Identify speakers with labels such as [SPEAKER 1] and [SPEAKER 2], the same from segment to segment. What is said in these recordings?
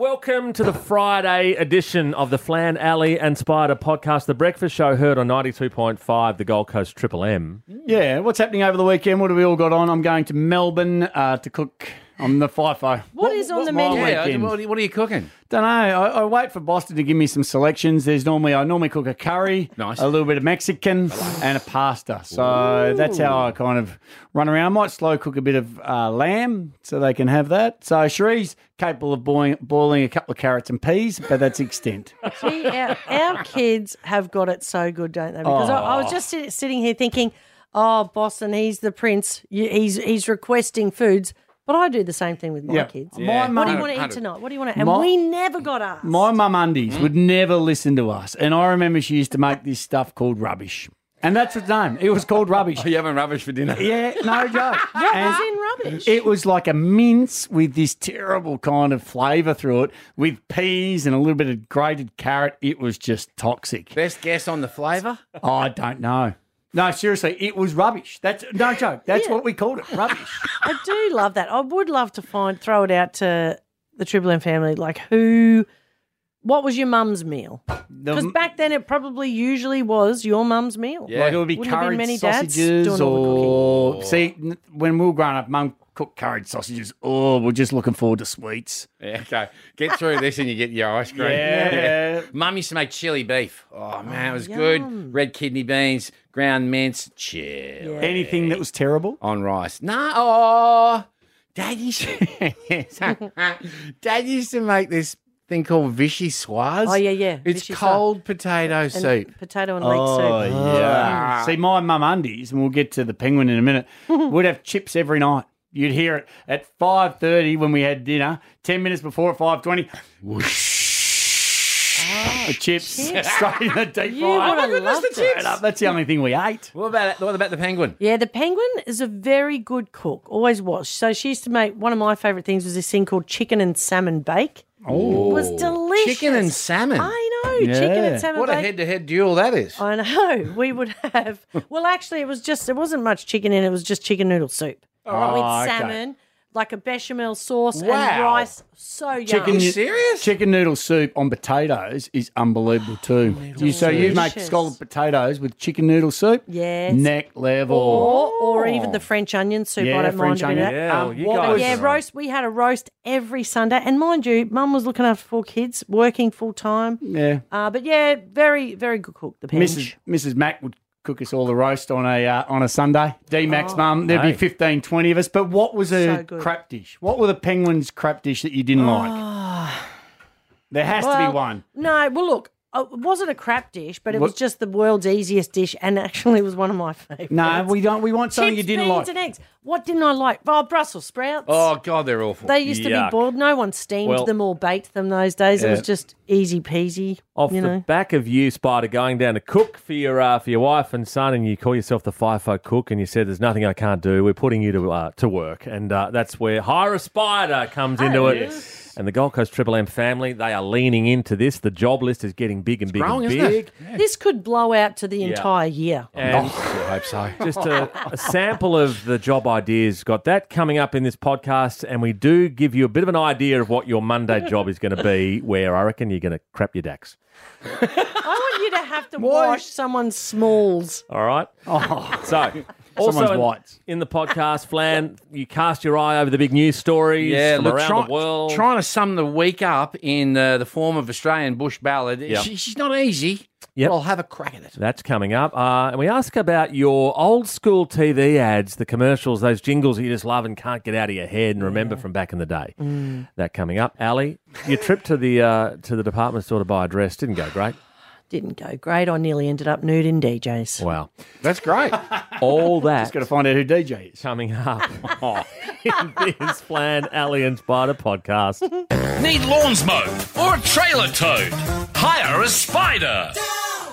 [SPEAKER 1] Welcome to the Friday edition of the Flan Alley and Spider podcast, the breakfast show heard on 92.5, the Gold Coast Triple M.
[SPEAKER 2] Yeah, what's happening over the weekend? What have we all got on? I'm going to Melbourne uh, to cook. I'm the FIFO.
[SPEAKER 3] what is on the
[SPEAKER 2] what-
[SPEAKER 3] menu?
[SPEAKER 2] Yeah, weekend. what
[SPEAKER 4] are you cooking?
[SPEAKER 2] Don't know. I, I wait for Boston to give me some selections. There's normally I normally cook a curry,
[SPEAKER 4] Nice.
[SPEAKER 2] a little bit of Mexican, and a pasta. So that's how I kind of run around. I might slow cook a bit of uh, lamb so they can have that. So Cherie's capable of boiling, boiling a couple of carrots and peas, but that's extent.
[SPEAKER 3] Gee, our, our kids have got it so good, don't they? Because I, I was just sit, sitting here thinking, oh, Boston, he's the prince. You- He's he's requesting foods, but I do the same thing with my
[SPEAKER 2] Yeah.
[SPEAKER 3] kids.
[SPEAKER 2] My Yeah.
[SPEAKER 3] What do
[SPEAKER 2] mum-
[SPEAKER 3] you want to eat
[SPEAKER 4] 100.
[SPEAKER 3] tonight? What do you want to? And
[SPEAKER 2] My-
[SPEAKER 3] we never got asked.
[SPEAKER 2] My mum undies would never listen to us, and I remember she used to make this stuff called rubbish, and that's its name. It was called rubbish.
[SPEAKER 4] Are you having rubbish for dinner?
[SPEAKER 2] Yeah, no joke.
[SPEAKER 3] As
[SPEAKER 2] And
[SPEAKER 3] in rubbish.
[SPEAKER 2] it was like a mince with this terrible kind of flavour through it, with peas and a little bit of grated carrot. It was just toxic.
[SPEAKER 4] Best guess on the flavour?
[SPEAKER 2] I don't know. No, seriously, it was rubbish. That's no joke. That's what we called it, rubbish.
[SPEAKER 3] I do love that. I would love to find throw it out to the Triple M family. Like who? What was your mum's meal?
[SPEAKER 2] The-
[SPEAKER 3] Because back then it probably usually was your mum's meal.
[SPEAKER 4] Yeah.
[SPEAKER 2] like it would be
[SPEAKER 3] Wouldn't have been
[SPEAKER 2] curried
[SPEAKER 3] many dads
[SPEAKER 2] sausages
[SPEAKER 3] doing all
[SPEAKER 2] or see n- when we were growing up, mum cooked curried sausages. Oh, we're just looking forward to sweets.
[SPEAKER 4] Yeah, okay. Get through this and you get your ice cream.
[SPEAKER 2] Yeah.
[SPEAKER 4] Mum used to make chili beef. Oh, man, it was good. Red kidney beans, ground mince, chill.
[SPEAKER 2] Anything that was terrible.
[SPEAKER 4] On rice. Nah, oh, Dad used, Dad used to make this thing called vichyssoise.
[SPEAKER 3] Oh, yeah, yeah,
[SPEAKER 4] It's
[SPEAKER 3] vichyssoise.
[SPEAKER 4] cold potato soup.
[SPEAKER 3] Potato and leg soup.
[SPEAKER 2] Oh, yeah. Uh, See, my mum undies, and we'll get to the penguin in a minute. would have chips every night. You'd hear it at five thirty when we had dinner. Ten minutes before at five twenty.
[SPEAKER 3] Ah,
[SPEAKER 2] chips straight in the deep
[SPEAKER 3] You
[SPEAKER 2] fryer.
[SPEAKER 3] would have loved
[SPEAKER 2] Straight up. That's the only thing we ate.
[SPEAKER 4] What about what about the penguin?
[SPEAKER 3] Yeah, the penguin is a very good cook. Always was. So she used to make one of my favourite things was this thing called chicken and salmon bake. Oh, it was delicious.
[SPEAKER 4] Chicken and salmon.
[SPEAKER 3] I know Oh, chicken
[SPEAKER 2] Yeah.
[SPEAKER 3] and salmon
[SPEAKER 4] What a
[SPEAKER 3] bake.
[SPEAKER 4] head to head duel that is.
[SPEAKER 3] I know. We would have. Well, actually, it was just there wasn't much chicken in it. It was just chicken noodle soup
[SPEAKER 2] Oh,
[SPEAKER 3] with
[SPEAKER 2] okay.
[SPEAKER 3] salmon, like a bechamel sauce and
[SPEAKER 4] Ah, Wow.
[SPEAKER 3] rice. So yum.
[SPEAKER 2] Chicken-
[SPEAKER 4] you serious?
[SPEAKER 2] Chicken noodle soup on potatoes is unbelievable too. you, so you make
[SPEAKER 3] Oh Delicious.
[SPEAKER 2] scalloped potatoes with chicken noodle soup.
[SPEAKER 3] Yes. Oh.
[SPEAKER 2] Neck level.
[SPEAKER 3] or, or even the French onion soup.
[SPEAKER 2] yeah,
[SPEAKER 3] I don't
[SPEAKER 2] French
[SPEAKER 3] mind a bit of
[SPEAKER 2] onion.
[SPEAKER 3] that.
[SPEAKER 1] Yeah,
[SPEAKER 2] Um,
[SPEAKER 1] you
[SPEAKER 2] what
[SPEAKER 1] guys
[SPEAKER 2] was-
[SPEAKER 3] Yeah, roast. We had a roast every Sunday, and mind you, Mum was looking after four kids, working full time.
[SPEAKER 2] yeah.
[SPEAKER 3] Uh, but yeah, very, very good cook. The pinch.
[SPEAKER 2] Mrs. Mrs. Mac would cook us all the roast on a uh, on a Sunday. D Mac's mum, there'd be
[SPEAKER 1] Hey.
[SPEAKER 2] 15, 20 of us. But what was a
[SPEAKER 3] Oh, So good.
[SPEAKER 2] crap dish? What were the penguins' crap dish that you didn't like? There has to
[SPEAKER 3] Ah. Well,
[SPEAKER 2] be one.
[SPEAKER 3] No, well, look, uh, it wasn't a crap dish, but it was
[SPEAKER 2] What-
[SPEAKER 3] just the world's easiest dish, and actually, it was one of my favourites.
[SPEAKER 2] No, we don't. We want something
[SPEAKER 3] Chips,
[SPEAKER 2] you didn't like.
[SPEAKER 3] beans and eggs. What didn't I like? Oh, Brussels sprouts.
[SPEAKER 4] Oh God, they're awful.
[SPEAKER 3] They used to
[SPEAKER 1] yuck.
[SPEAKER 3] be boiled. No one steamed
[SPEAKER 1] Well-
[SPEAKER 3] them or baked them those days. It was
[SPEAKER 2] Yeah.
[SPEAKER 3] just easy peasy.
[SPEAKER 1] Off
[SPEAKER 3] you
[SPEAKER 1] the
[SPEAKER 3] know.
[SPEAKER 1] back of you, Spider, going down to cook for your uh, for your wife and son, and you call yourself the FIFO cook, and you said there's nothing I can't do. We're putting you to uh, to work, and uh, that's where hire a spider comes into it. And the Gold Coast Triple M family, they are leaning into this. The job list is getting big and big
[SPEAKER 4] growing,
[SPEAKER 1] and
[SPEAKER 4] isn't it?
[SPEAKER 1] big.
[SPEAKER 3] This could blow out to the entire year.
[SPEAKER 1] And
[SPEAKER 4] I hope so.
[SPEAKER 1] just a, a sample of the job ideas. Got that coming up in this podcast, and we do give you a bit of an idea of what your Monday job is going to be. Where I reckon you're going to crap your dacks.
[SPEAKER 3] I want you to have to wash someone's smalls.
[SPEAKER 1] All right. So, also
[SPEAKER 2] Oh. Someone's
[SPEAKER 1] in,
[SPEAKER 2] whites.
[SPEAKER 1] in the podcast, Flan, you cast your eye over the big news stories
[SPEAKER 4] Yeah,
[SPEAKER 1] from
[SPEAKER 4] look,
[SPEAKER 1] around
[SPEAKER 4] try-
[SPEAKER 1] the world.
[SPEAKER 4] trying to sum the week up in uh, the form of Australian bush ballad.
[SPEAKER 1] Yeah.
[SPEAKER 4] She, she's not easy.
[SPEAKER 1] Yep.
[SPEAKER 4] I'll have a crack at it.
[SPEAKER 1] That's coming up. Uh, and we ask about your old school TV ads, the commercials, those jingles that you just love and can't get out of your head and remember from back in the day. That coming up. Ali, your trip to the uh, to the department store to buy a dress didn't go great.
[SPEAKER 3] Didn't go great. I nearly ended up nude in DJs.
[SPEAKER 1] Wow.
[SPEAKER 4] That's great.
[SPEAKER 1] All that
[SPEAKER 2] Got to find out who DJ is.
[SPEAKER 1] coming up in this Flan, Ali and Spider podcast.
[SPEAKER 5] Need lawns mowed or a trailer towed? Hire a spider.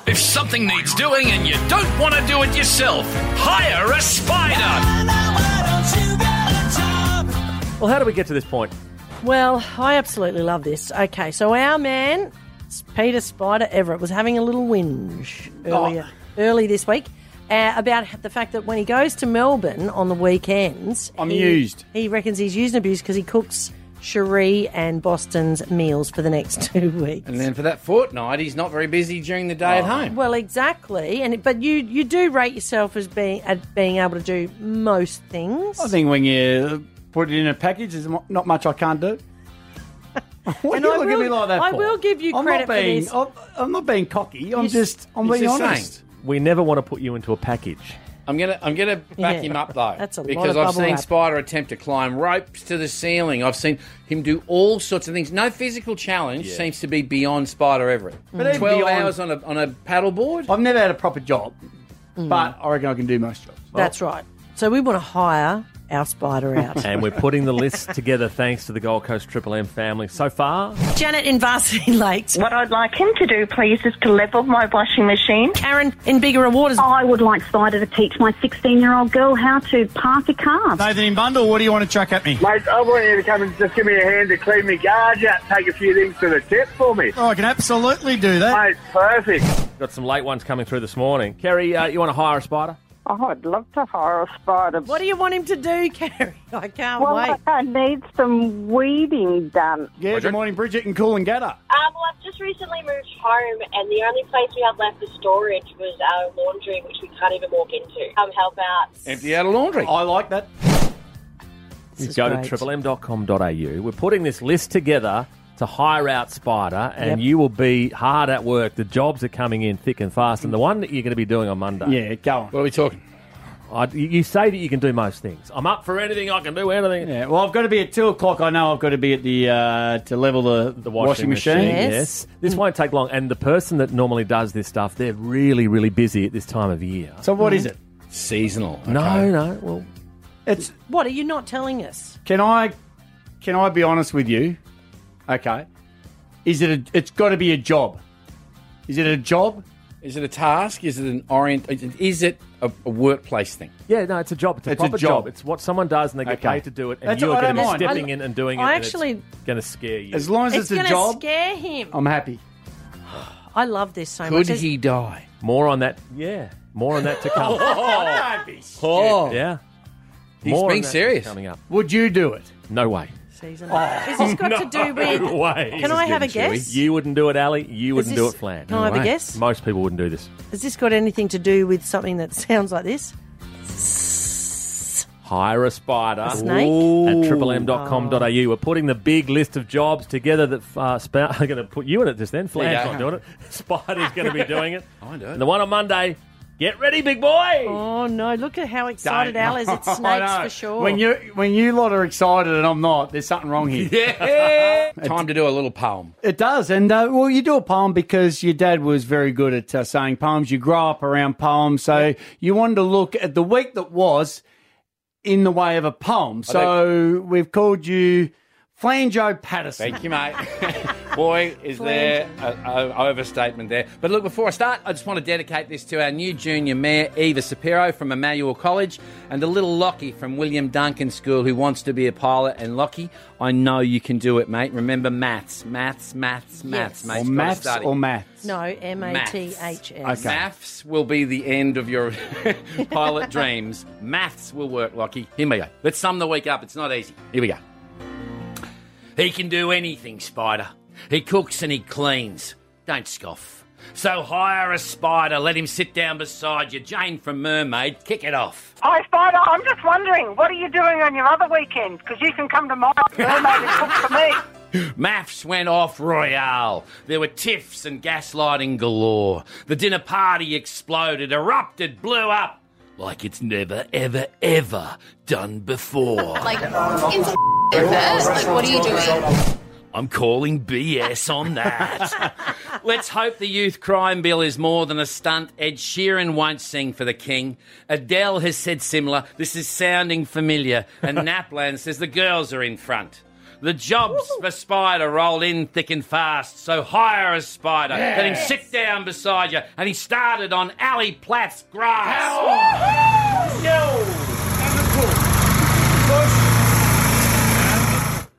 [SPEAKER 5] If something needs doing and you don't want to do it yourself, hire a spider.
[SPEAKER 1] Well, how do we get to this point?
[SPEAKER 3] Well, I absolutely love this. Okay, so our man, Peter Spider Everett, was having a little whinge
[SPEAKER 2] Oh.
[SPEAKER 3] earlier, early this week uh, about the fact that when he goes to Melbourne on the weekends,
[SPEAKER 2] I'm
[SPEAKER 3] he,
[SPEAKER 2] used.
[SPEAKER 3] He reckons he's used and abused because he cooks Cherie and Boston's meals for the next two weeks.
[SPEAKER 4] And then for that fortnight, he's not very busy during the day at home.
[SPEAKER 3] Well, exactly, and it- but you you do rate yourself as being at being able to do most things.
[SPEAKER 2] I think when you put it in a package, there's mo- not much I can't do. what are you
[SPEAKER 3] And I
[SPEAKER 2] looking at
[SPEAKER 3] will-
[SPEAKER 2] me like that
[SPEAKER 3] I
[SPEAKER 2] for?
[SPEAKER 3] will give you
[SPEAKER 2] I'm
[SPEAKER 3] credit
[SPEAKER 2] not
[SPEAKER 3] for
[SPEAKER 2] being,
[SPEAKER 3] this.
[SPEAKER 2] I'm, I'm not being cocky. I'm
[SPEAKER 3] He's-
[SPEAKER 2] just, I'm
[SPEAKER 4] he's
[SPEAKER 2] being
[SPEAKER 4] just
[SPEAKER 2] honest.
[SPEAKER 4] saying.
[SPEAKER 1] We never want to put you into a package.
[SPEAKER 4] I'm gonna I'm gonna back
[SPEAKER 3] Yeah.
[SPEAKER 4] him up though.
[SPEAKER 3] That's a lot
[SPEAKER 4] because
[SPEAKER 3] of
[SPEAKER 4] I've
[SPEAKER 3] bubble
[SPEAKER 4] seen
[SPEAKER 3] wrap.
[SPEAKER 4] Spider attempt to climb ropes to the ceiling. I've seen him do all sorts of things. No physical challenge seems to be beyond Spider Everett.
[SPEAKER 2] But even
[SPEAKER 4] Twelve
[SPEAKER 2] beyond-
[SPEAKER 4] hours on a on a paddleboard.
[SPEAKER 2] I've never had a proper job,
[SPEAKER 3] Mm.
[SPEAKER 2] but I reckon I can do most jobs.
[SPEAKER 3] That's right. So we want to hire our spider out.
[SPEAKER 1] And we're putting the list together thanks to the Gold Coast Triple M family. So far,
[SPEAKER 3] Janet in Varsity Lakes,
[SPEAKER 6] What I'd like him to do, please, is to level my washing machine.
[SPEAKER 3] Karen in Bigger Waters.
[SPEAKER 7] I would like Spider to teach my 16 year old girl how to park a car.
[SPEAKER 2] Nathan in Bundle, what do you want to chuck at me?
[SPEAKER 8] Mate, I want you to come and just give me a hand to clean my garage out, take a few things to the tip for me.
[SPEAKER 2] I can absolutely do that.
[SPEAKER 8] Mate, perfect.
[SPEAKER 1] got some late ones coming through this morning. Kerry, uh, you want to hire a spider?
[SPEAKER 6] Oh, I'd love to hire a spider.
[SPEAKER 3] What do you want him to do, Carrie? I can't
[SPEAKER 6] well,
[SPEAKER 3] wait.
[SPEAKER 6] I need some weeding done.
[SPEAKER 2] Yeah, good morning, Bridget and Cool and Gatter.
[SPEAKER 9] Um, well, I've just recently moved home, and the only place we had left for storage was our laundry, which we can't even walk into. Come help out.
[SPEAKER 4] Empty out of laundry.
[SPEAKER 2] I like that.
[SPEAKER 3] This is
[SPEAKER 1] Go
[SPEAKER 3] great.
[SPEAKER 1] to triplem.com.au. We're putting this list together to hire out Spider, and
[SPEAKER 3] Yep.
[SPEAKER 1] you will be hard at work. The jobs are coming in thick and fast, and the one that you're going to be doing on Monday.
[SPEAKER 2] Yeah, go on.
[SPEAKER 4] What are we talking?
[SPEAKER 1] I, you you say that you can do most things. I'm up for anything. I can do anything.
[SPEAKER 2] Yeah, well, I've got to be at two o'clock. I know I've got to be at the uh, to level the,
[SPEAKER 1] The washing, machine.
[SPEAKER 3] Yes.
[SPEAKER 1] This won't take long. And the person that normally does this stuff, they're really, really busy at this time of year.
[SPEAKER 2] So what
[SPEAKER 3] Mm.
[SPEAKER 2] is it?
[SPEAKER 4] Seasonal.
[SPEAKER 1] No, no. Well,
[SPEAKER 2] It's
[SPEAKER 3] What are you not telling us?
[SPEAKER 2] can I can I be honest with you? Okay, is it? A, it's got to be a job. Is it a job?
[SPEAKER 4] Is it a task? Is it an orient? Is it, is it a, a workplace thing?
[SPEAKER 1] yeah, no, it's a job. It's a
[SPEAKER 2] It's a
[SPEAKER 1] proper job.
[SPEAKER 2] job.
[SPEAKER 1] It's what someone does and they get
[SPEAKER 2] Okay.
[SPEAKER 1] paid to do it. And
[SPEAKER 2] That's-
[SPEAKER 1] you're
[SPEAKER 2] I
[SPEAKER 1] going
[SPEAKER 2] don't
[SPEAKER 1] to be
[SPEAKER 2] mind.
[SPEAKER 1] stepping
[SPEAKER 3] I-
[SPEAKER 1] in and doing it.
[SPEAKER 3] I
[SPEAKER 1] and it's
[SPEAKER 3] actually-
[SPEAKER 1] going to scare you.
[SPEAKER 2] As long as
[SPEAKER 3] It's
[SPEAKER 2] it's,
[SPEAKER 3] going
[SPEAKER 2] a
[SPEAKER 3] to
[SPEAKER 2] job, Oh.
[SPEAKER 3] scare him.
[SPEAKER 2] I'm happy.
[SPEAKER 3] I love this so much.
[SPEAKER 4] Could
[SPEAKER 3] There's-
[SPEAKER 4] he die?
[SPEAKER 1] More on that. Yeah. More on that to come.
[SPEAKER 4] Oh,
[SPEAKER 1] yeah.
[SPEAKER 4] he's
[SPEAKER 1] More on
[SPEAKER 4] being
[SPEAKER 1] that
[SPEAKER 4] serious.
[SPEAKER 1] coming up.
[SPEAKER 2] Would you do it?
[SPEAKER 1] No way.
[SPEAKER 3] Season.
[SPEAKER 2] Oh,
[SPEAKER 3] Has this got to do
[SPEAKER 1] No
[SPEAKER 3] with?
[SPEAKER 1] way.
[SPEAKER 3] Can I have a
[SPEAKER 4] getting
[SPEAKER 3] guess?
[SPEAKER 1] You wouldn't do it, Ali. You
[SPEAKER 3] Is
[SPEAKER 1] wouldn't do
[SPEAKER 3] this-
[SPEAKER 1] it, Flan.
[SPEAKER 3] Can I have a
[SPEAKER 4] way.
[SPEAKER 3] guess?
[SPEAKER 1] Most people wouldn't do this.
[SPEAKER 3] Has this got anything to do with something that sounds like this?
[SPEAKER 1] Hire a spider.
[SPEAKER 3] snake? Oh.
[SPEAKER 1] At triplem.com.au. We're putting the big list of jobs together that uh, Spa- are going to put you in it just then. Flan's
[SPEAKER 4] Yeah.
[SPEAKER 1] not doing it. Spider's going to be doing it.
[SPEAKER 4] I do.
[SPEAKER 1] And the one on Monday, get ready, big boy.
[SPEAKER 3] Oh no! Look at how excited Al is. It's
[SPEAKER 2] I
[SPEAKER 3] snakes
[SPEAKER 2] know.
[SPEAKER 3] for sure.
[SPEAKER 2] When you when you lot are excited and I'm not, there's something wrong here.
[SPEAKER 4] Yeah. Time to do a little poem.
[SPEAKER 2] It does, and uh, well, you do a poem because your dad was very good at uh, saying poems. You grow up around poems, so you wanted to look at the week that was in the way of a poem. So we've called you Flanjo Patterson.
[SPEAKER 4] Thank you, mate. Boy, is there an overstatement there. But look, before I start, I just want to dedicate this to our new junior mayor, Eva Sapiro from Emmanuel College, and a little Lockie from William Duncan School who wants to be a pilot. And Lockie, I know you can do it, mate. Remember maths, maths, maths, maths, mate.
[SPEAKER 2] Or
[SPEAKER 4] You've got to
[SPEAKER 2] maths
[SPEAKER 4] study.
[SPEAKER 2] or maths.
[SPEAKER 3] no, M A T H S.
[SPEAKER 2] Okay.
[SPEAKER 4] Maths will be the end of your pilot dreams. Maths will work, Lockie. Here we go. Let's sum the week up. It's not easy. Here we go. He can do anything, Spider. He cooks and he cleans. Don't scoff. So hire a spider, let him sit down beside you. Jane from Mermaid, kick it off.
[SPEAKER 6] Hi, Spider. I'm just wondering, what are you doing on your other weekend? Because you can come to my mermaid and cook for me.
[SPEAKER 4] Maths went off royale. There were tiffs and gaslighting galore. The dinner party exploded, erupted, blew up like it's never, ever, ever done before.
[SPEAKER 9] Like, into like, what are you doing?
[SPEAKER 4] I'm calling BS on that. Let's hope the youth crime bill is more than a stunt. Ed Sheeran won't sing for the king. Adele has said similar. This is sounding familiar. And Naplan says the girls are in front. The jobs for Spider roll in thick and fast, so hire a spider. Let him sit down beside you. And he started on Ali Platt's grass.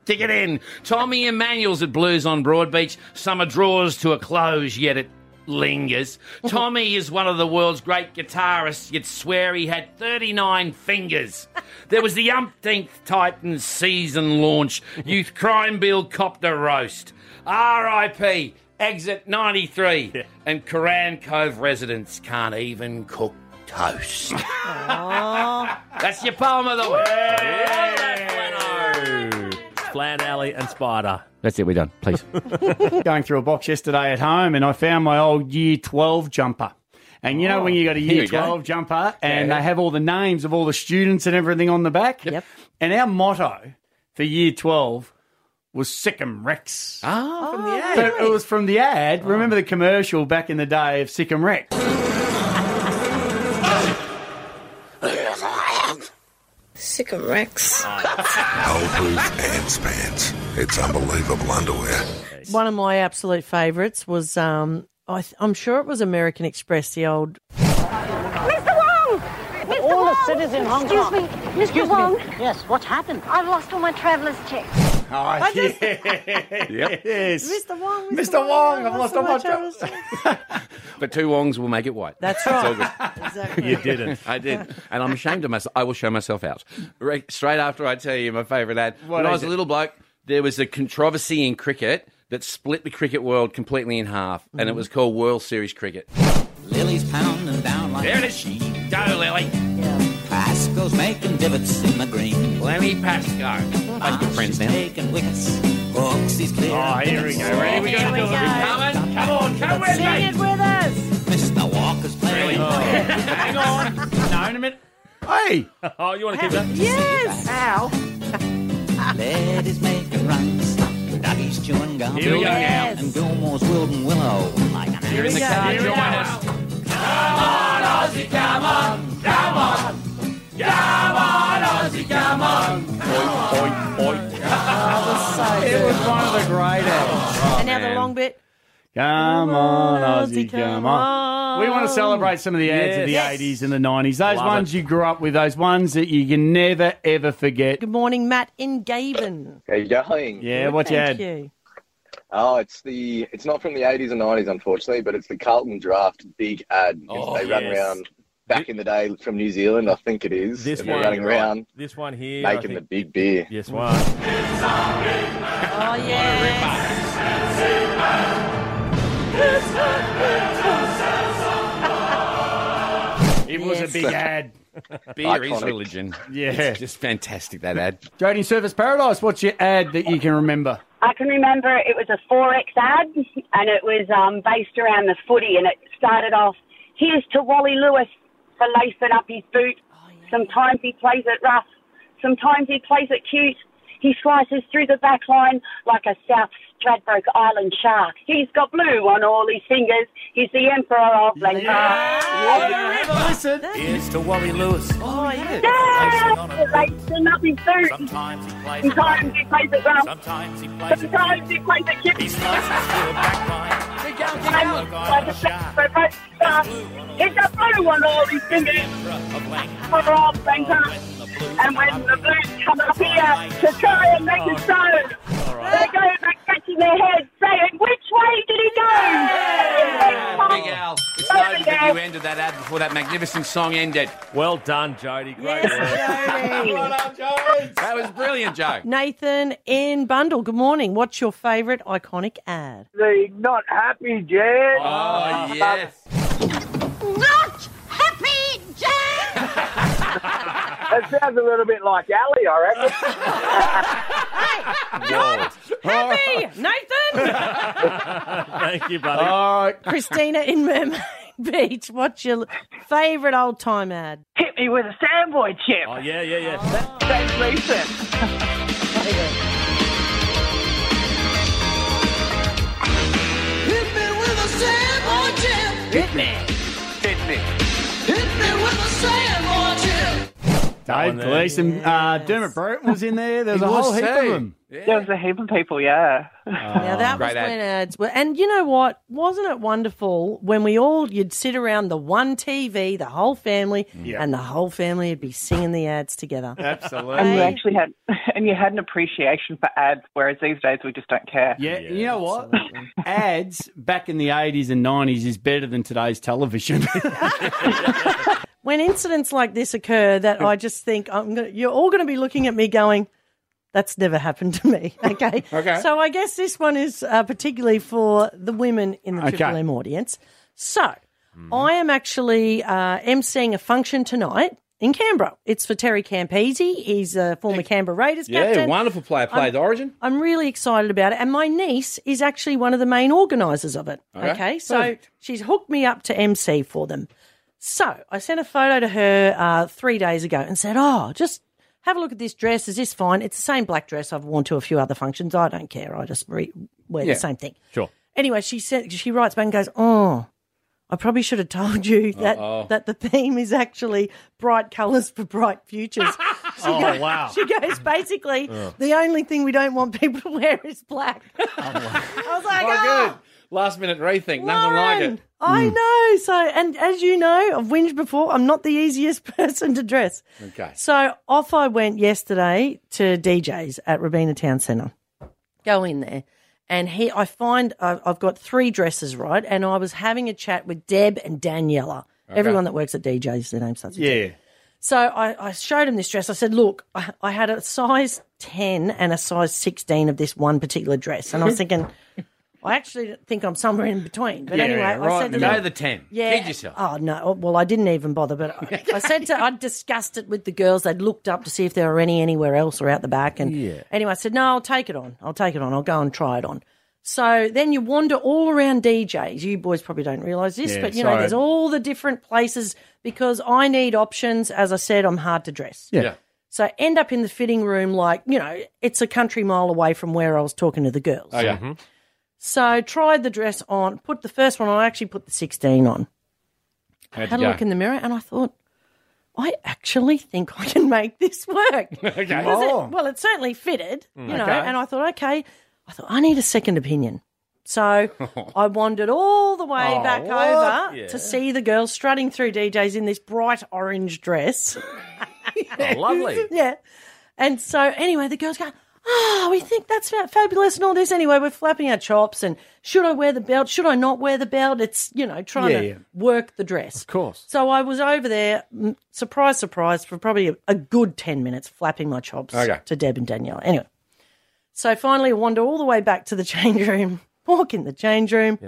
[SPEAKER 4] Dig it in. Tommy Emmanuel's at Blues on Broadbeach. Summer draws to a close, yet it lingers. Tommy is one of the world's great guitarists, you'd swear he had 39 fingers. There was the umpteenth Titans season launch. Youth Crime Bill copped a roast. R.I.P. Exit 93. And Coran Cove residents can't even cook toast. That's your poem of the week.
[SPEAKER 1] Flan Alley and Spider.
[SPEAKER 4] That's it, we're done. Please.
[SPEAKER 2] going through a box yesterday at home and I found my old year 12 jumper. And you know when you got a year
[SPEAKER 4] we go.
[SPEAKER 2] 12 jumper and they have all the names of all the students and everything on the back?
[SPEAKER 3] Yep.
[SPEAKER 2] And our motto for year 12 was Sick 'em Rex.
[SPEAKER 4] Ah, from the ad.
[SPEAKER 2] But it was from the ad. Remember the commercial back in the day of Sick 'em Rex?
[SPEAKER 10] Sick of Rex.
[SPEAKER 11] Hellproof ants pants. It's unbelievable underwear.
[SPEAKER 3] One of my absolute favourites was um, I th- I'm sure it was American Express, the old
[SPEAKER 6] Mr. Wong! Mr.
[SPEAKER 10] all the
[SPEAKER 6] Wong!
[SPEAKER 10] cities in Hong
[SPEAKER 6] Excuse
[SPEAKER 10] Kong.
[SPEAKER 6] Me, Mr.
[SPEAKER 10] Excuse
[SPEAKER 6] Wong,
[SPEAKER 10] me. Yes, what happened?
[SPEAKER 6] I've lost all my traveller's checks.
[SPEAKER 2] Oh,
[SPEAKER 3] just-
[SPEAKER 2] yes.
[SPEAKER 3] Mr. Wong.
[SPEAKER 2] Mr. Wong, I've lost all my
[SPEAKER 3] troubles.
[SPEAKER 4] But two wongs will make it white.
[SPEAKER 3] That's
[SPEAKER 4] all
[SPEAKER 3] right.
[SPEAKER 4] good.
[SPEAKER 3] Exactly.
[SPEAKER 1] You didn't.
[SPEAKER 4] I did, and I'm ashamed of myself. I will show myself out. Right, straight after I tell you my favourite ad.
[SPEAKER 2] What
[SPEAKER 4] when I
[SPEAKER 2] is
[SPEAKER 4] was a
[SPEAKER 2] it?
[SPEAKER 4] little bloke, there was a controversy in cricket that split the cricket world completely in half, and it was called World Series Cricket.
[SPEAKER 10] Lily's Mm-hmm. pounding down like
[SPEAKER 4] There it is. Go, Lily.
[SPEAKER 10] Pascal's making divots in the green.
[SPEAKER 4] Lenny Pasco. Like good friends now.
[SPEAKER 10] Taking wickets. Oxy's clear. Oh, here we go.
[SPEAKER 4] Ready? We're going to do it. Come on, come on, come with
[SPEAKER 3] Sing it
[SPEAKER 4] me.
[SPEAKER 3] with us.
[SPEAKER 10] Mr. Walker's playing.
[SPEAKER 4] Hang on. No, in a minute.
[SPEAKER 2] Hey,
[SPEAKER 1] Oh, you want to keep that?
[SPEAKER 3] Yes. Ow.
[SPEAKER 10] Laddie's making runs. Dougie's chewing gum.
[SPEAKER 4] Here we go now.
[SPEAKER 10] And Gilmore's wielding willow. Like an
[SPEAKER 4] You're in the
[SPEAKER 3] go.
[SPEAKER 4] car.
[SPEAKER 3] Here
[SPEAKER 4] Join
[SPEAKER 3] we go.
[SPEAKER 4] us.
[SPEAKER 2] it was one of the great ads.
[SPEAKER 3] and now the
[SPEAKER 4] man.
[SPEAKER 3] long bit.
[SPEAKER 2] Come on, Aussie, come on. We want to celebrate some of the ads of the
[SPEAKER 3] Yes.
[SPEAKER 2] 80s and the 90s. Those
[SPEAKER 1] Love
[SPEAKER 2] ones
[SPEAKER 1] it.
[SPEAKER 2] you grew up with, those ones that you can never, ever forget.
[SPEAKER 3] Good morning, Matt in Gavin.
[SPEAKER 11] How you going?
[SPEAKER 2] Yeah, what you
[SPEAKER 3] Thank
[SPEAKER 2] had?
[SPEAKER 3] you.
[SPEAKER 11] Oh, it's the it's not from the eighties and nineties, unfortunately, but it's the Carlton Draft big ad.
[SPEAKER 4] Oh,
[SPEAKER 11] they ran
[SPEAKER 1] yes.
[SPEAKER 11] around back in the day from New Zealand, I think it is.
[SPEAKER 1] This
[SPEAKER 11] and they're
[SPEAKER 1] one,
[SPEAKER 11] running around
[SPEAKER 1] This one here. I
[SPEAKER 11] making the
[SPEAKER 1] think-
[SPEAKER 11] big beer.
[SPEAKER 1] Yes, one.
[SPEAKER 3] Oh yeah.
[SPEAKER 2] It was a
[SPEAKER 3] Yes.
[SPEAKER 2] big ad.
[SPEAKER 4] Beer is
[SPEAKER 11] Iconic.
[SPEAKER 4] religion.
[SPEAKER 2] Yeah.
[SPEAKER 4] Just fantastic, that ad.
[SPEAKER 2] Jodie Surface Paradise, what's your ad that you can remember?
[SPEAKER 9] I can remember it was a Forex ad and it was um, based around the footy and it started off, here's to Wally Lewis for lacing up his boot. Sometimes he plays it rough, sometimes he plays it cute. He slices through the back line like a South Stradbroke Island shark. He's got blue on all his fingers. He's the emperor of Lancaster.
[SPEAKER 2] Listen.
[SPEAKER 10] Here's to Wally Lewis.
[SPEAKER 3] Oh yeah.
[SPEAKER 9] Yeah! Lacing up his boot.
[SPEAKER 10] Sometimes he plays it
[SPEAKER 9] Sometimes he plays it rough.
[SPEAKER 10] Sometimes he plays it
[SPEAKER 9] Sometimes he plays it cute.
[SPEAKER 10] He slices through a back line.
[SPEAKER 9] It's a blue one all these fingers
[SPEAKER 10] Of length.
[SPEAKER 9] for all things And when the blues come up here to try and make a stone, they go back catching their heads saying, which way did he
[SPEAKER 4] Big
[SPEAKER 9] go?
[SPEAKER 4] Al, it's noted that you ended that ad before that magnificent song ended.
[SPEAKER 1] Well done, Jody. Great work.
[SPEAKER 3] Yes, Jody.
[SPEAKER 4] That was brilliant, Joe.
[SPEAKER 3] Nathan in Bundle. Good morning. What's your favourite iconic ad?
[SPEAKER 8] The not happy Jan.
[SPEAKER 2] Ah.
[SPEAKER 4] Oh, yes.
[SPEAKER 6] Not happy, Jack!
[SPEAKER 8] That sounds a little bit like Ali, I reckon.
[SPEAKER 3] Happy Nathan.
[SPEAKER 1] Thank you, buddy.
[SPEAKER 2] All right.
[SPEAKER 3] Christina in Mermaid Beach. What's your favourite old time ad?
[SPEAKER 6] Hit me with a sandboy chip.
[SPEAKER 1] Oh, yeah, yeah, yeah.
[SPEAKER 6] That's recent.
[SPEAKER 1] that
[SPEAKER 2] Dave
[SPEAKER 1] one there.
[SPEAKER 2] Gleason, uh, Dermot Broton was in there. There was a whole heap of them.
[SPEAKER 12] There was a heap of people, yeah.
[SPEAKER 3] Now that was when ads were, and you know what? Wasn't it wonderful when we all you'd sit around the one TV, the whole family,
[SPEAKER 12] Yeah.
[SPEAKER 3] and the whole family would be singing the ads together.
[SPEAKER 12] Absolutely. And you
[SPEAKER 3] Hey.
[SPEAKER 12] actually had, and you had an appreciation for ads, whereas these days we just don't care.
[SPEAKER 2] Yeah, you know what? Ads back in the 80s and 90s is better than today's television.
[SPEAKER 3] When incidents like this occur, that I just think I'm gonna, you're all going to be looking at me going, "That's never happened to me." Okay.
[SPEAKER 2] Okay.
[SPEAKER 3] So I guess this one is uh, particularly for the women in the
[SPEAKER 13] Okay.
[SPEAKER 3] Triple M audience. So I am actually uh, emceeing a function tonight in Canberra. It's for Terry Campese. He's a former Canberra Raiders
[SPEAKER 4] Yeah,
[SPEAKER 3] captain.
[SPEAKER 4] wonderful player. Played
[SPEAKER 3] I'm-
[SPEAKER 4] Origin.
[SPEAKER 3] I'm really excited about it, and my niece is actually one of the main organisers of it.
[SPEAKER 4] Okay.
[SPEAKER 3] Okay, so
[SPEAKER 4] Perfect.
[SPEAKER 3] she's hooked me up to MC for them. So I sent a photo to her uh, three days ago and said, "Oh, just have a look at this dress. Is this fine? It's the same black dress I've worn to a few other functions. I don't care. I just re- wear
[SPEAKER 13] Yeah.
[SPEAKER 3] the same thing."
[SPEAKER 1] Sure.
[SPEAKER 3] Anyway, she said she writes back and goes, "Oh, I probably should have told you that
[SPEAKER 13] Uh-oh.
[SPEAKER 3] that the theme is actually bright colours for bright futures." She
[SPEAKER 13] Oh,
[SPEAKER 3] goes-
[SPEAKER 13] wow.
[SPEAKER 3] She goes basically,
[SPEAKER 4] Ugh.
[SPEAKER 3] the only thing we don't want people to wear is black. I was like,
[SPEAKER 4] oh, good. Last minute rethink. Nothing like it. Hmm.
[SPEAKER 3] I know. So, and as you know, I've whinged before. I'm not the easiest person to dress.
[SPEAKER 4] Okay.
[SPEAKER 3] So off I went yesterday to DJ's at Robina Town Centre. Go in there, and he. I find I've, I've got three dresses right, and I was having a chat with Deb and Daniela.
[SPEAKER 13] Okay.
[SPEAKER 3] Everyone that works at DJ's, their name starts. with
[SPEAKER 13] Yeah.
[SPEAKER 3] so I, I showed him this dress. I said, look, I, I had a size 10 and a size 16 of this one particular dress. And I was thinking, I actually think I'm somewhere in between. But
[SPEAKER 4] Yeah,
[SPEAKER 3] anyway,
[SPEAKER 4] yeah,
[SPEAKER 3] I
[SPEAKER 4] right
[SPEAKER 3] said
[SPEAKER 4] in
[SPEAKER 3] to
[SPEAKER 4] the
[SPEAKER 3] them-
[SPEAKER 4] middle. Know the 10.
[SPEAKER 3] Yeah.
[SPEAKER 4] Kid yourself.
[SPEAKER 3] Oh, no. Well, I didn't even bother. But I, I said to, I discussed it with the girls. They'd looked up to see if there were any anywhere else or out the back. And
[SPEAKER 13] Yeah.
[SPEAKER 3] anyway, I said, no, I'll take it on. I'll take it on. I'll go and try it on. So then you wander all around DJs. You boys probably don't realise this,
[SPEAKER 13] Yeah,
[SPEAKER 3] but you know,
[SPEAKER 13] sorry.
[SPEAKER 3] there's all the different places because I need options. As I said, I'm hard to dress.
[SPEAKER 13] Yeah.
[SPEAKER 3] So I end up in the fitting room, like, you know, it's a country mile away from where I was talking to the girls.
[SPEAKER 13] Oh, yeah.
[SPEAKER 3] So tried the dress on, put the first one on, I actually put the 16 on.
[SPEAKER 13] How'd
[SPEAKER 3] Had a look in the mirror and I thought, I actually think I can make this work.
[SPEAKER 13] Okay.
[SPEAKER 3] Because it-
[SPEAKER 13] Oh.
[SPEAKER 3] well, it certainly fitted,
[SPEAKER 13] Mm.
[SPEAKER 3] you know,
[SPEAKER 13] Okay.
[SPEAKER 3] and I thought, okay, I thought, I need a second opinion. So I wandered all the way
[SPEAKER 13] Oh,
[SPEAKER 3] back
[SPEAKER 13] what?
[SPEAKER 3] over
[SPEAKER 13] Yeah.
[SPEAKER 3] to see the girl strutting through DJs in this bright orange dress.
[SPEAKER 1] Oh,
[SPEAKER 13] lovely.
[SPEAKER 3] yeah. And so anyway, the girls go, Oh, we think that's fa- fabulous and all this. Anyway, we're flapping our chops and should I wear the belt? Should I not wear the belt? It's, you know, trying
[SPEAKER 13] Yeah,
[SPEAKER 3] to
[SPEAKER 13] yeah.
[SPEAKER 3] work the dress. Of
[SPEAKER 2] course.
[SPEAKER 3] So I was over there, mm, surprise, surprise, for probably a, a good 10 minutes flapping my chops
[SPEAKER 13] Okay.
[SPEAKER 3] to Deb and Danielle. Anyway, so finally I wander all the way back to the change room, walk in the change room,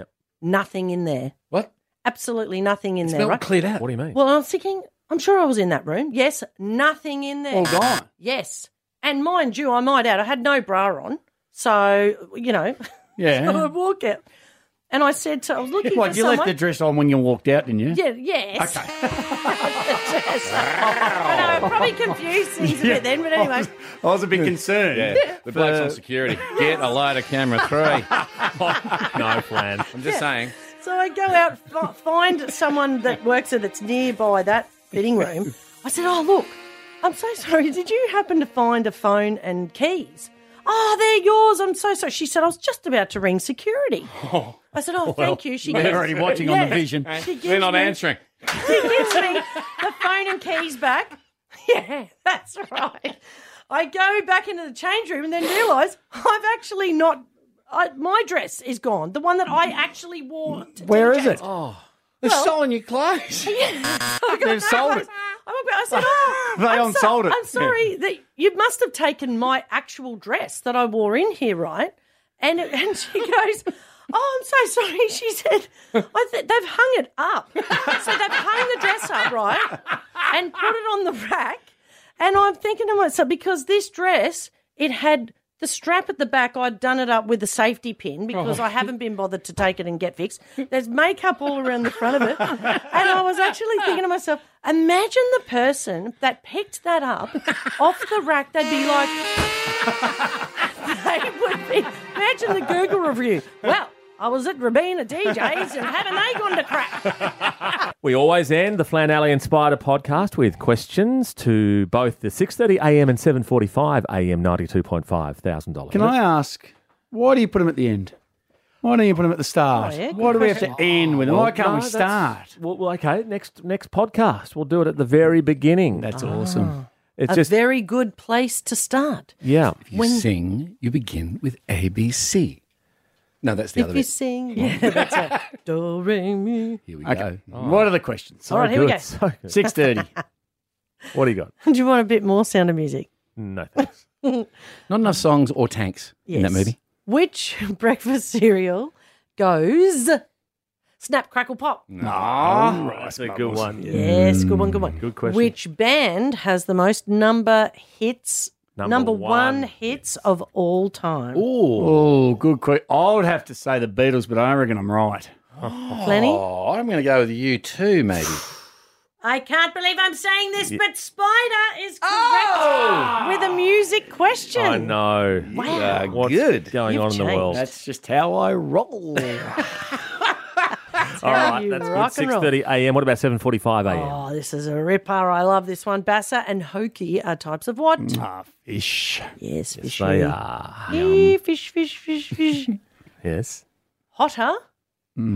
[SPEAKER 3] nothing in there.
[SPEAKER 4] What?
[SPEAKER 3] Absolutely nothing in
[SPEAKER 4] It's
[SPEAKER 3] there.
[SPEAKER 4] not
[SPEAKER 3] right?
[SPEAKER 4] cleared out. What do you mean?
[SPEAKER 3] Well, I was thinking, I'm sure I was in that room. Yes, nothing in there.
[SPEAKER 4] All gone.
[SPEAKER 3] Yes. And mind you, I might add, I had no bra on. So, you know,
[SPEAKER 2] Yeah.
[SPEAKER 3] so I walk out. And I said to, I was looking
[SPEAKER 2] like,
[SPEAKER 3] for
[SPEAKER 2] you
[SPEAKER 3] someone.
[SPEAKER 2] left the dress on when you walked out, didn't you?
[SPEAKER 3] Yeah, yes. Okay. I know, I probably confused things a
[SPEAKER 2] Yeah.
[SPEAKER 3] bit then, but anyway.
[SPEAKER 2] I was a bit concerned.
[SPEAKER 4] Yeah. The bloke's on security. Get a load of camera three. no plan. I'm just saying.
[SPEAKER 3] So I go out, f- find someone that works there that's nearby that fitting room. I said, Oh, look, I'm so sorry. Did you happen to find a phone and keys? Oh, they're yours. I'm so sorry. She said, I was just about to ring security. I said, Oh, thank you. She
[SPEAKER 2] They're
[SPEAKER 3] gives-
[SPEAKER 2] already watching on the
[SPEAKER 3] Yeah.
[SPEAKER 2] vision.
[SPEAKER 3] She gives me- She gives me the phone and keys back. Yeah, that's right. I go back into the change room and then realise I've actually not. I, my dress is gone. The one that I actually wore. To
[SPEAKER 2] Where is
[SPEAKER 3] DJs.
[SPEAKER 2] it? Oh.
[SPEAKER 3] They've
[SPEAKER 4] stolen your clothes.
[SPEAKER 2] They've sold it.
[SPEAKER 3] I walked back- I said, "Oh,
[SPEAKER 2] They
[SPEAKER 3] I'm
[SPEAKER 2] unsold it."
[SPEAKER 3] I'm sorry that you must have taken my actual dress that I wore in here, right?" And it, and she goes, "Oh, I'm so sorry." She said, I th- "They've hung it up, so they've hung the dress up, right, and put it on the rack." And I'm thinking to myself because this dress it had. The strap at the back, I'd done it up with the safety pin because
[SPEAKER 13] Oh.
[SPEAKER 3] I haven't been bothered to take it and get fixed. There's makeup all around the front of it. And I was actually thinking to myself, imagine the person that picked that up off the rack. They'd be like, they would be, imagine the Google review. Well, I was at Rabina DJ's and had an egg on the crack.
[SPEAKER 1] We always end the Flan Alley and Spider podcast with questions to both the 6:30 a.m. and 7:45 a.m. 92.5 thousand dollars.
[SPEAKER 2] Can I ask, why do you put them at the end? Why don't you put them at the
[SPEAKER 3] Oh,
[SPEAKER 2] start? why do we have to end with them? why can't we start?
[SPEAKER 1] Well, well, okay, next next podcast we'll do it at the very beginning.
[SPEAKER 3] Ah.
[SPEAKER 2] That's awesome.
[SPEAKER 1] It's
[SPEAKER 3] a
[SPEAKER 1] just
[SPEAKER 3] very good place to start.
[SPEAKER 1] yeah.
[SPEAKER 4] If you sing, you begin with ABC. No, that's the
[SPEAKER 3] if
[SPEAKER 4] other
[SPEAKER 3] you
[SPEAKER 4] bit.
[SPEAKER 3] sing, yeah, that's it. Do re mi.
[SPEAKER 4] Here we
[SPEAKER 2] Okay.
[SPEAKER 4] go.
[SPEAKER 2] What are the questions?
[SPEAKER 3] All right, here we go.
[SPEAKER 2] Six thirty.
[SPEAKER 1] What do you got?
[SPEAKER 3] Do you want a bit more sound of music?
[SPEAKER 1] No.
[SPEAKER 3] yes.
[SPEAKER 4] Not enough songs or tanks in that movie.
[SPEAKER 3] Which breakfast cereal goes snap, crackle, pop?
[SPEAKER 1] Ah, that's a good one.
[SPEAKER 3] Yes, good one, good one.
[SPEAKER 1] Good question.
[SPEAKER 3] Which band has the most number hits,
[SPEAKER 2] Number
[SPEAKER 3] number,
[SPEAKER 2] one
[SPEAKER 3] one, hits of all time?
[SPEAKER 2] Oh, good question. I would have to say the Beatles, but I reckon I'm right.
[SPEAKER 3] Lenny?
[SPEAKER 4] Oh, I'm going to go with you too, maybe.
[SPEAKER 3] I can't believe I'm saying this,
[SPEAKER 4] Ye-
[SPEAKER 3] but Spider is correct
[SPEAKER 4] Oh!
[SPEAKER 3] with a music question.
[SPEAKER 1] I know.
[SPEAKER 3] Wow. Yeah,
[SPEAKER 1] What's good. going on in the world?
[SPEAKER 2] That's just how I roll.
[SPEAKER 1] All
[SPEAKER 3] how
[SPEAKER 1] right,
[SPEAKER 3] you
[SPEAKER 1] that's
[SPEAKER 3] rock
[SPEAKER 1] good.
[SPEAKER 3] and roll.
[SPEAKER 1] 6:30 a.m. What about 7:45 a.m.?
[SPEAKER 3] Oh, this is a ripper. I love this one. Bassa and hoki are types of what?
[SPEAKER 2] Ah, fish.
[SPEAKER 3] Yes,
[SPEAKER 1] yes
[SPEAKER 3] fishy.
[SPEAKER 1] they are.
[SPEAKER 3] Yee, fish, fish, fish, fish.
[SPEAKER 1] Yes.
[SPEAKER 3] Hotter, home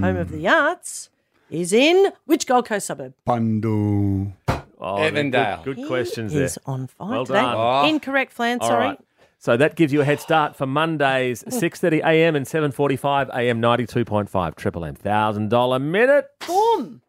[SPEAKER 1] Mm.
[SPEAKER 3] of the arts, is in which Gold Coast suburb?
[SPEAKER 2] Pando.
[SPEAKER 1] Oh, they're good-
[SPEAKER 4] Evandale.
[SPEAKER 1] Good,
[SPEAKER 4] He
[SPEAKER 1] questions
[SPEAKER 3] is
[SPEAKER 1] there.
[SPEAKER 3] on fire
[SPEAKER 1] well
[SPEAKER 3] today.
[SPEAKER 1] Done.
[SPEAKER 3] Incorrect, Flan.
[SPEAKER 1] All
[SPEAKER 3] Sorry.
[SPEAKER 1] right. So that gives you a head start for Mondays, 6.30 a.m. and 7.45 a.m. 92.5 Triple M $1,000 Minute.
[SPEAKER 3] Boom.